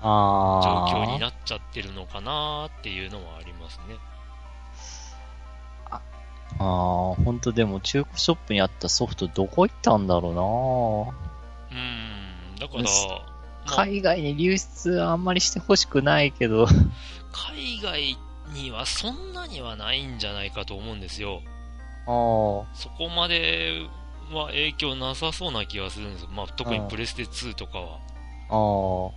C: あ
B: 状
C: あ。
B: 況になっちゃってるのかなっていうのはありますね
C: ああ、ほんとでも中古ショップにあったソフトどこ行ったんだろ
B: うんだから、
C: よしうな
B: まあ
C: 海外に流出あんまりしてほしくないけど。
B: 海外にはそんなにはないんじゃないかと思うんですよ
C: あ
B: そこまでは影響なさそうな気がするんですよ、まあ、特に
C: うん
B: プレステ2とかは。
C: あ。ああ。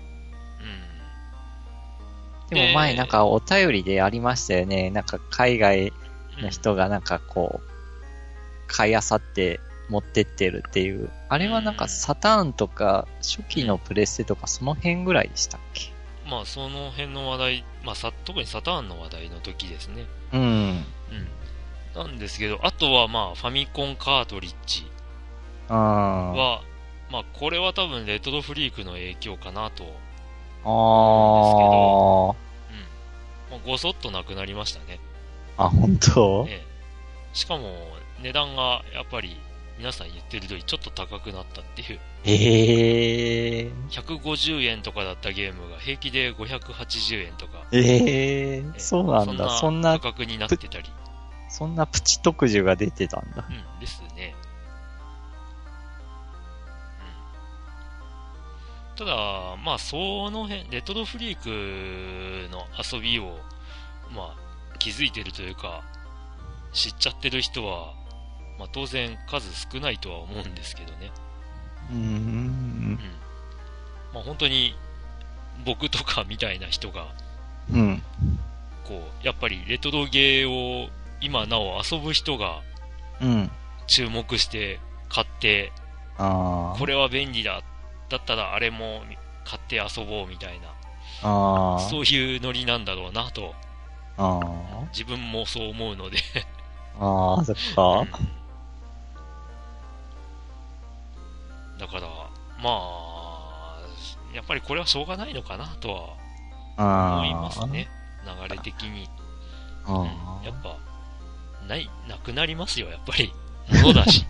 B: う
C: でも前
B: で
C: なんかお便りでありましたよね。なんか海外
B: ん。
C: の人がなんかこう、買いあさって持ってってるっていう。あれはなんかサターンとか初期のプレステとかその辺ぐらいでしたっけ
B: うんまあ、その辺の話題、まあさ、特にサターンの話題の時ですね。
C: うん。
B: うん。なんですけど、あとはまあ、ファミコンカートリッジ
C: あ
B: は、まあ、これは多分レトロフリークの影響かなと。うん。
C: あ。あ
B: もうごそっとなくなりましたね。
C: あ。あ、本当
B: ええしかも、値段がやっぱり、皆さん言ってる通り、ちょっと高くなったっていう。
C: ええー。
B: 150円とかだったゲームが平気で580円とか、
C: ええ
B: え
C: そうなんだ。そんな、
B: 価格になってたり、
C: そんなプチ特需が出てたんだ。
B: うん、ですね、うん、ただまあその辺レトロフリークの遊びをまあ気づいてるというか知っちゃってる人は、まあ、当然数少ないとは思うんですけどね
C: うーん。
B: うんまあ、本当に僕とかみたいな人が
C: うん。
B: こうやっぱりレトロゲーを今なお遊ぶ人が
C: うん。
B: 注目して買って
C: あ
B: これは便利だだったらあれも買って遊ぼうみたいな
C: あ。ああ。
B: そういうノリなんだろうなと
C: あ
B: 自分もそう思うので
C: あ。ああ、そっ
B: う
C: か
B: ん。だからまあやっぱりこれはしょうがないのかなとは
C: ああ。
B: 思いますね流れ的に
C: あ
B: うんや
C: あ
B: っぱ、
C: *laughs*
B: ない、なくなりますよ、やっぱり。ものだし。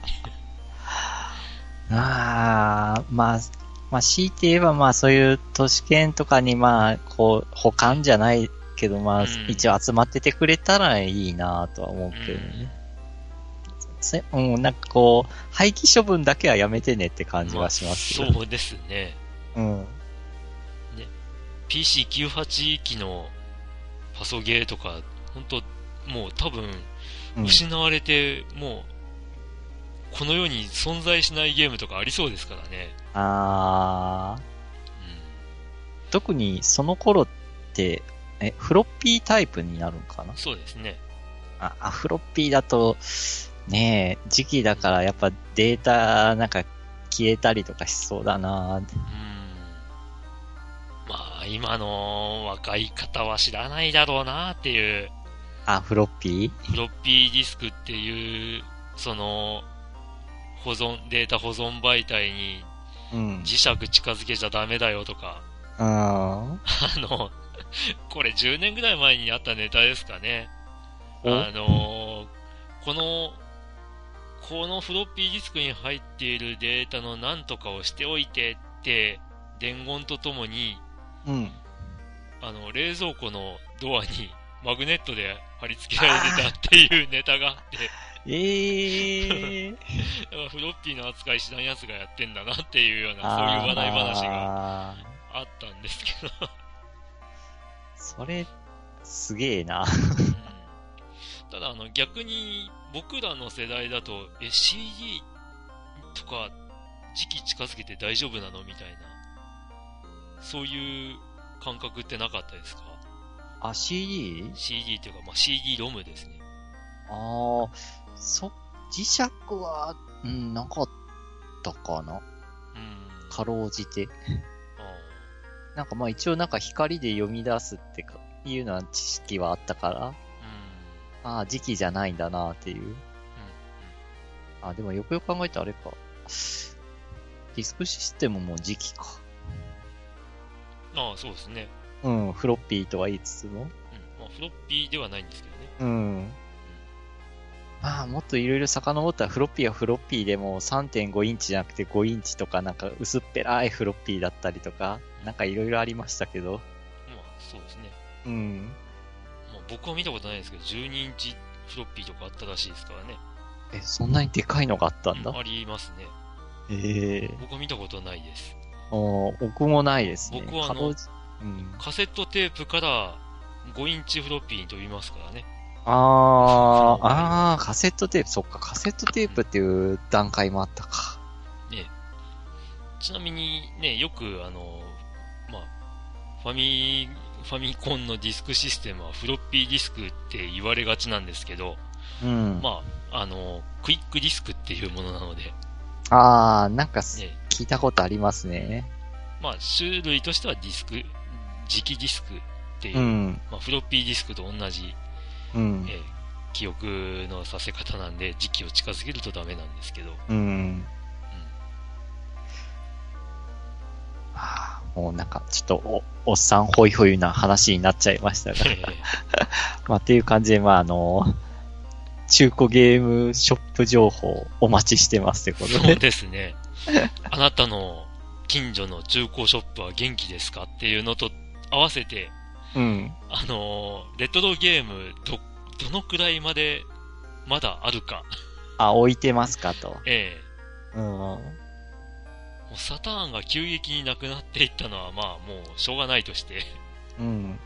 C: ああ、まあ、まあ、強いて言えば、まあ、そういう都市圏とかに、まあ、こう、保管じゃないけど、まあ、
B: うん
C: 一応集まっててくれたらいいなとは思うけどね。せうん、なんかこう、廃棄処分だけはやめてねって感じはしますけど。
B: まあそうですね。
C: うん。
B: PC98 機のパソゲーとか、本当もう多分、
C: うん
B: 失われて、もう、この世に存在しないゲームとかありそうですからね。
C: ああ、特にその頃って、え、フロッピータイプになるんかな
B: うん、そうですね。
C: あ、あフロッピーだと、ねえ、時期だからやっぱデータなんか消えたりとかしそうだな
B: うん。まあ、今の若い方は知らないだろうなっていう、
C: あ、フロッピ
B: フロッピーディスクっていう、その、保存、データ保存媒体に
C: ーうん。
B: 磁石近づけちゃダメだよとか、
C: うん。
B: あの、 *laughs* これ10年ぐらい前にあったネタですかね。
C: お
B: あのーこの、このフロッピーディスクに入っているデータの何とかをしておいてって、伝言とともに、
C: うん。
B: あの、冷蔵庫のドアにマグネットで貼り付けられてたっていう *laughs* ネタがあって、
C: ええー。
B: やっぱフロッピーの扱い知らんやつがやってんだなっていうような、 *laughs* そういう話題話が
C: が。
B: あったんですけど。
C: それ、すげえな。
B: うんただあの逆に僕らの世代だとえ CD とか時期近づけて大丈夫なのみたいなそういう感覚ってなかったですか
C: あ、CD?
B: CD というか、まあ、CD ロムですね
C: ああ、そ、磁石は、うん、なかったかな。
B: うん
C: かろうじて。
B: あ
C: なんかまあ一応なんか光で読み出すってか、いうのは知識はあったから、
B: ーう
C: ああ、時期じゃないんだなっていう。あ、でもよくよく考えたらあれか。ディスクシステムも時期か。
B: んああそうですね、
C: うん、フロッピーとは言いつつも。
B: うんまあ、フロッピーではないんですけどね
C: うん。まあ、もっといろいろ遡ったらフロッピーはフロッピーでも3.5インチじゃなくて5インチとかなんか薄っぺらいフロッピーだったりとか、なんかいろいろありましたけど。
B: まあそうですね、
C: うん。
B: まあ、僕は見たことないですけど12インチフロッピーとかあったらしいですからね
C: え、そんなにでかいのがあったんだ
B: う。ありますね
C: ええ
B: 僕は見たことないです
C: お僕もないですね。
B: 僕はあの
C: かろうじうん。
B: カセットテープから5インチフロッピーに飛びますからね。
C: あー、あー、カセットテープ、そっか、カセットテープっていう段階もあったか。
B: ちなみにね、よくあの、まあ、ファミ、ファミコンのディスクシステムはフロッピーディスクって言われがちなんですけど、
C: うん。
B: まあ、あの、クイックディスクっていうものなので、
C: あー、なんかす
B: ね、
C: 聞いたことありますね。
B: まあ、種類としてはディスク、磁気ディスクっていう、
C: うん。
B: まあ、フロッピーディスクと同じ、
C: うん
B: え。え記憶のさせ方なんで、時期を近づけるとダメなん *laughs* ですけど、
C: うん。はあもうなんか、ちょっとお、おっさんホイホイな話になっちゃいました *laughs* が。まあ、っていう感じで、まあ、あの、中古ゲームショップ情報お待ちしてますってこと
B: そう
C: で。
B: ですね。あなたの近所の中古ショップは元気ですかっていうのと合わせて、
C: うん。
B: あのーレトロゲームど、どのくらいまでまだあるか。
C: あ、置いてますかと。
B: え
C: うん。
B: えもうサターンが急激になくなっていったのは、まあもうしょうがないとして。 *laughs*
C: うん。
B: うん。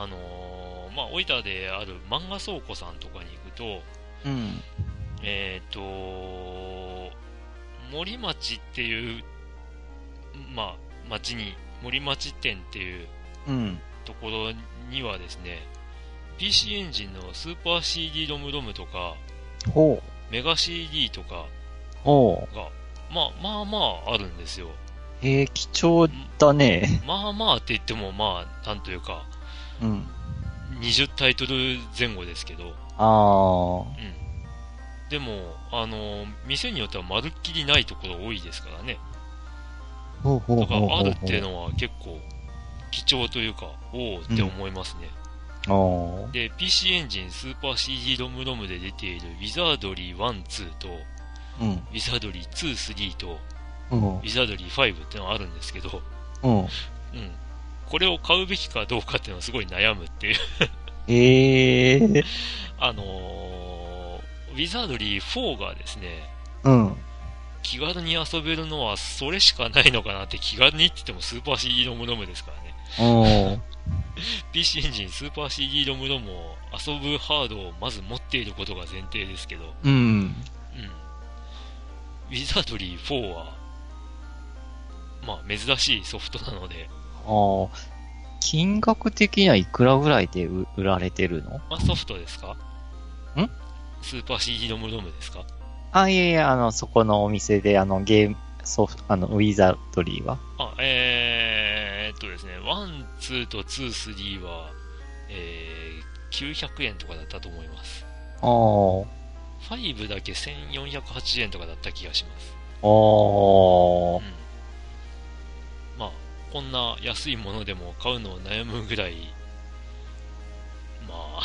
B: あのーまあ、オイタである漫画倉庫さんとかに行くと、
C: うん。
B: えっ、と、森町っていう、まあ、町に、森町店っていう
C: うん。
B: ところにはですね、PC エンジンのスーパー CD ロムロムとか、
C: ほう。
B: メガ CD とか
C: ほ
B: が、まあまあまああるんですよ。
C: う。えー、貴重だね。
B: まあまあって言っても、まあ、なんというか、
C: うん。
B: 20タイトル前後ですけど、
C: ああ。
B: うん。でも、あの、店によってはまるっきりないところ多いですからね。
C: ほうほう
B: だか
C: ほうほう
B: らあるっていう
C: ほ
B: のは結構貴重というか、おおって思いますね。
C: う。あー
B: で、PC エンジンスーパー CD ロムロムで出ているウィザードリー1、2と、
C: うん。
B: ウィザードリー2、3と、
C: うん
B: ウ。ィザードリー5っていうのがあるんですけど、
C: うん。
B: うん。これを買うべきかどうかっていうのはすごい悩むっていう。 *laughs*
C: ええ。
B: あのーウィザードリー4がですね、
C: うん。
B: 気軽に遊べるのはそれしかないのかなって気軽にって言ってもスーパー CD ドムドムですからね。
C: おー
B: PC エンジンスーパー CD ドムドムを遊ぶハードをまず持っていることが前提ですけど、
C: うん。
B: うん、ウィザードリー4は、まあ、珍しいソフトなので、
C: あー金額的にはいくらぐらいで売売られてるの
B: まあ、ソフトですか
C: ん
B: スーパー CD ドムドムですか
C: あ、いえいえ、あの、そこのお店で、あの、ゲーム、ソフト、あの、ウィザードリーは。
B: あ、えー、っとですね、1、2と2、3は、えー、900円とかだったと思います。
C: おー
B: 5だけ1480円とかだった気がします。
C: おー
B: まあ、こんな安いものでも買うのを悩むぐらい、ま
C: *laughs*
B: あ、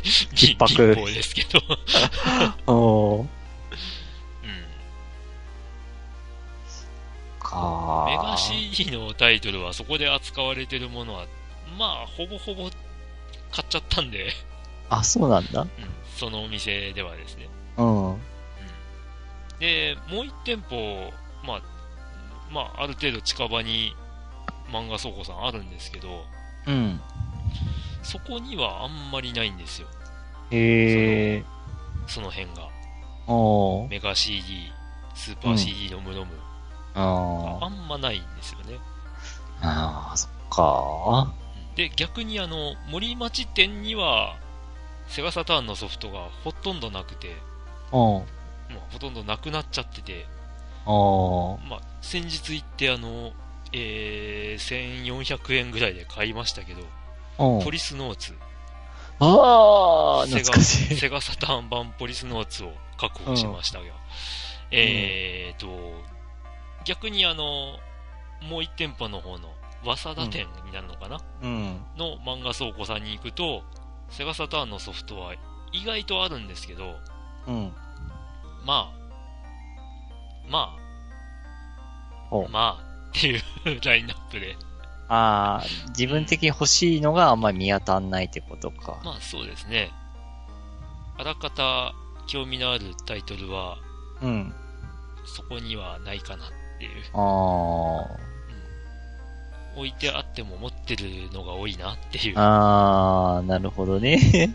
C: 逼迫
B: 貧乏ですけど、うん。
C: おーかー
B: メガ CD のタイトルはそこで扱われてるものは、まあ、ほぼほぼ買っちゃったんで、
C: あ、そうなんだ。
B: うんそのお店ではですね。
C: うん。
B: うんで、もう1店舗、まあ、まあ、ある程度近場に漫画倉庫さんあるんですけど、
C: うん。
B: そこにはあんまりないんですよ、
C: へえ。
B: その辺が。
C: おー
B: メガ CD、スーパー CD のムノム、
C: あ
B: あ
C: ー
B: んまないんですよね。
C: あー、そっか
B: で、逆にあの、森町店には、セガサターンのソフトがほとんどなくて、
C: ー。うん。
B: もうほとんどなくなっちゃってて、
C: おー
B: まあ、先日行ってあの、えー、1400円ぐらいで買いましたけど、
C: うん
B: ポ。リスノーツ、
C: ああ、
B: セガ
C: 懐かしい。
B: セガサターン版ポリスノーツを確保しましたが、えーと、逆にあの、もう一店舗の方の、早稲田店になるのかな、
C: うん。
B: の漫画倉庫さんに行くと、セガサターンのソフトは意外とあるんですけど、
C: うん。
B: まあ、ま
C: お
B: あ、まあ、っていうラインナップで、
C: ああ、自分的に欲しいのがあんまり見当たんないってことか。
B: まあそうですね。あらかた興味のあるタイトルは、
C: うん。
B: そこにはないかなっていう。
C: ああ。
B: 置いてあっても持ってるのが多いなっていう。
C: ああ、なるほどね。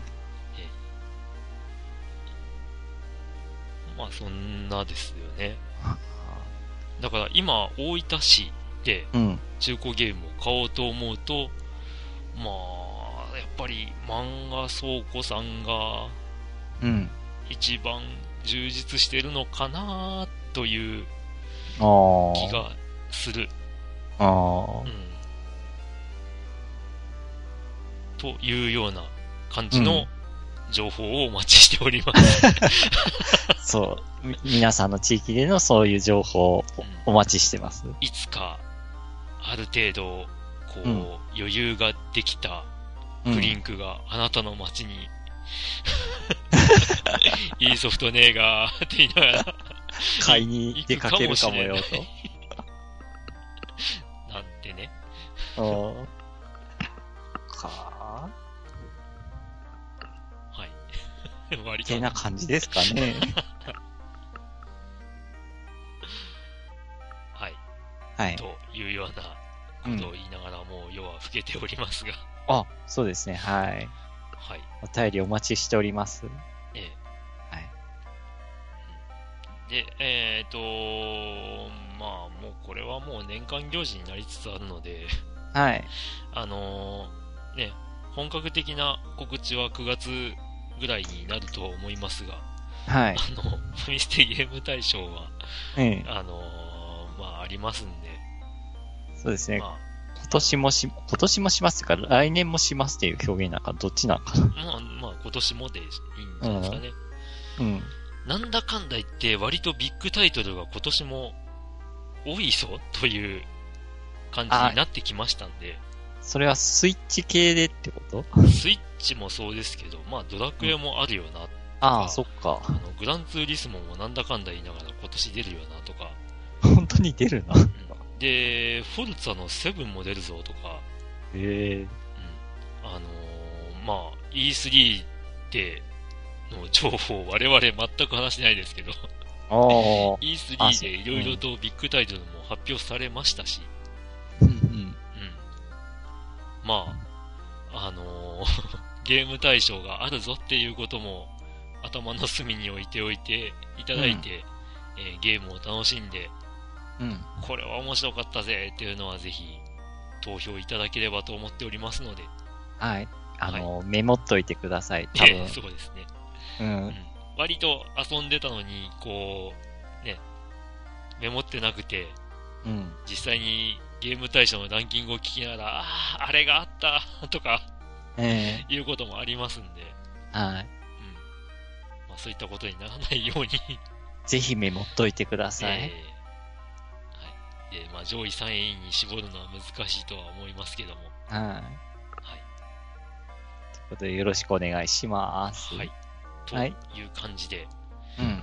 B: まあそんなですよね。だから今、大分市で
C: うん。
B: 中古ゲームを買おうと思うと、まあ、やっぱり漫画倉庫さんが
C: うん。
B: 一番充実してるのかなという
C: ああ。
B: 気がする。
C: あ
B: うん。というような感じの情報をお待ちしており
C: *laughs*
B: ます。
C: あ。そう。み皆さんの地域でのそういう情報を
B: うん
C: お待ちしてます。
B: いつか、ある程度、こう、
C: うん
B: 余裕ができた
C: うん
B: クリンクがあなたの街に、
C: *laughs*
B: *laughs* いいソフトねえが、って言いながら、
C: 買いに出かけるかもよ
B: 行くかもしれなんてね。
C: と。うん。か
B: はい。 *laughs* 割
C: ー
B: と
C: て、な感じですかね。
B: はい。
C: はい。
B: というようなことを言いながら、もう、夜は更けておりますが、
C: あ、そうですね。はい。
B: *laughs* はい。
C: お便りお待ちしております。
B: ええ
C: はい。
B: で、えっ、と、まあ、もうこれはもう年間行事になりつつあるので、 *laughs*
C: はい。
B: あのーね、本格的な告知は9月ぐらいになるとは思いますが、 *laughs*
C: はい。
B: あの、フミステゲーム大賞は、
C: うん。
B: あのーまあ、ありますんで、
C: そうですね。
B: ま
C: 今年もし、今年もしますっていうか、来年もしますっていう表現なんか、どっちなんか
B: あ、まあ、まあ、今年もでいいんじゃないですかね。
C: うん。
B: なんだかんだ言って、割とビッグタイトルが今年も多いぞという感じになってきましたんで、
C: それはスイッチ系でってこと
B: スイッチもそうですけど、まあ、ドラクエもあるよなっ
C: ああ、そっか。
B: あのグランツーリスモもなんだかんだ言いながら今年出るよなとか、
C: 本当に出るな。
B: うんで、フォルツァのセブンも出るぞとか、
C: ええ
B: うんあのーまあ、E3 での情報、我々全く話してないですけど、
C: ああ。あ
B: E3
C: そう
B: でいろいろとビッグタイトルも発表されましたし、
C: うんうん。
B: うんまあ、あのー *laughs* ゲーム対象があるぞっていうことも頭の隅に置いておいていただいて、えーゲームを楽しんで、
C: うん。
B: これは面白かったぜっていうのはぜひ投票いただければと思っておりますので、
C: はい。あの、メモっといてください。多
B: *laughs* そうですね。
C: 分。
B: う
C: う
B: ん
C: ん。
B: 割と遊んでたのに、こう、ね、メモってなくて、
C: うん。
B: 実際にゲーム対象のランキングを聞きながら、ああ、あれがあったとか
C: え
B: いうこともありますんで、
C: えはい。
B: うんまあ、そういったことにならないように、
C: ぜひメモっといてくだ
B: えー
C: さ。
B: はいいでまあ、上位3位に絞るのは難しいとは思いますけども、
C: はい。
B: はい
C: ということで、よろしくお願いします。
B: はい。と
C: はい
B: いう感じで、
C: うん。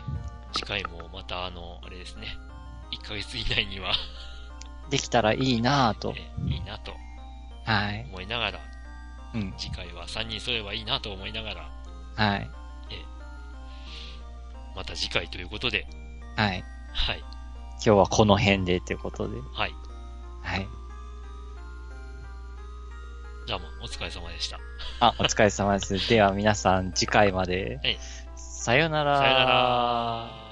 B: 次回もまた、あの、あれですね、1ヶ月以内には、
C: できたらいいなぁと。
B: えーいいなと
C: はい。
B: 思いながら、
C: うん。
B: 次回は3人揃えばいいなと思いながら、
C: はい。
B: また次回ということで、
C: はい。
B: はい、
C: 今日はこの辺でということで。
B: はい。
C: はい。
B: じゃあもうお疲れ様でした。
C: あ、お疲れ様です。では皆さん、次回まで
B: はい。
C: さよなら。
B: さよなら。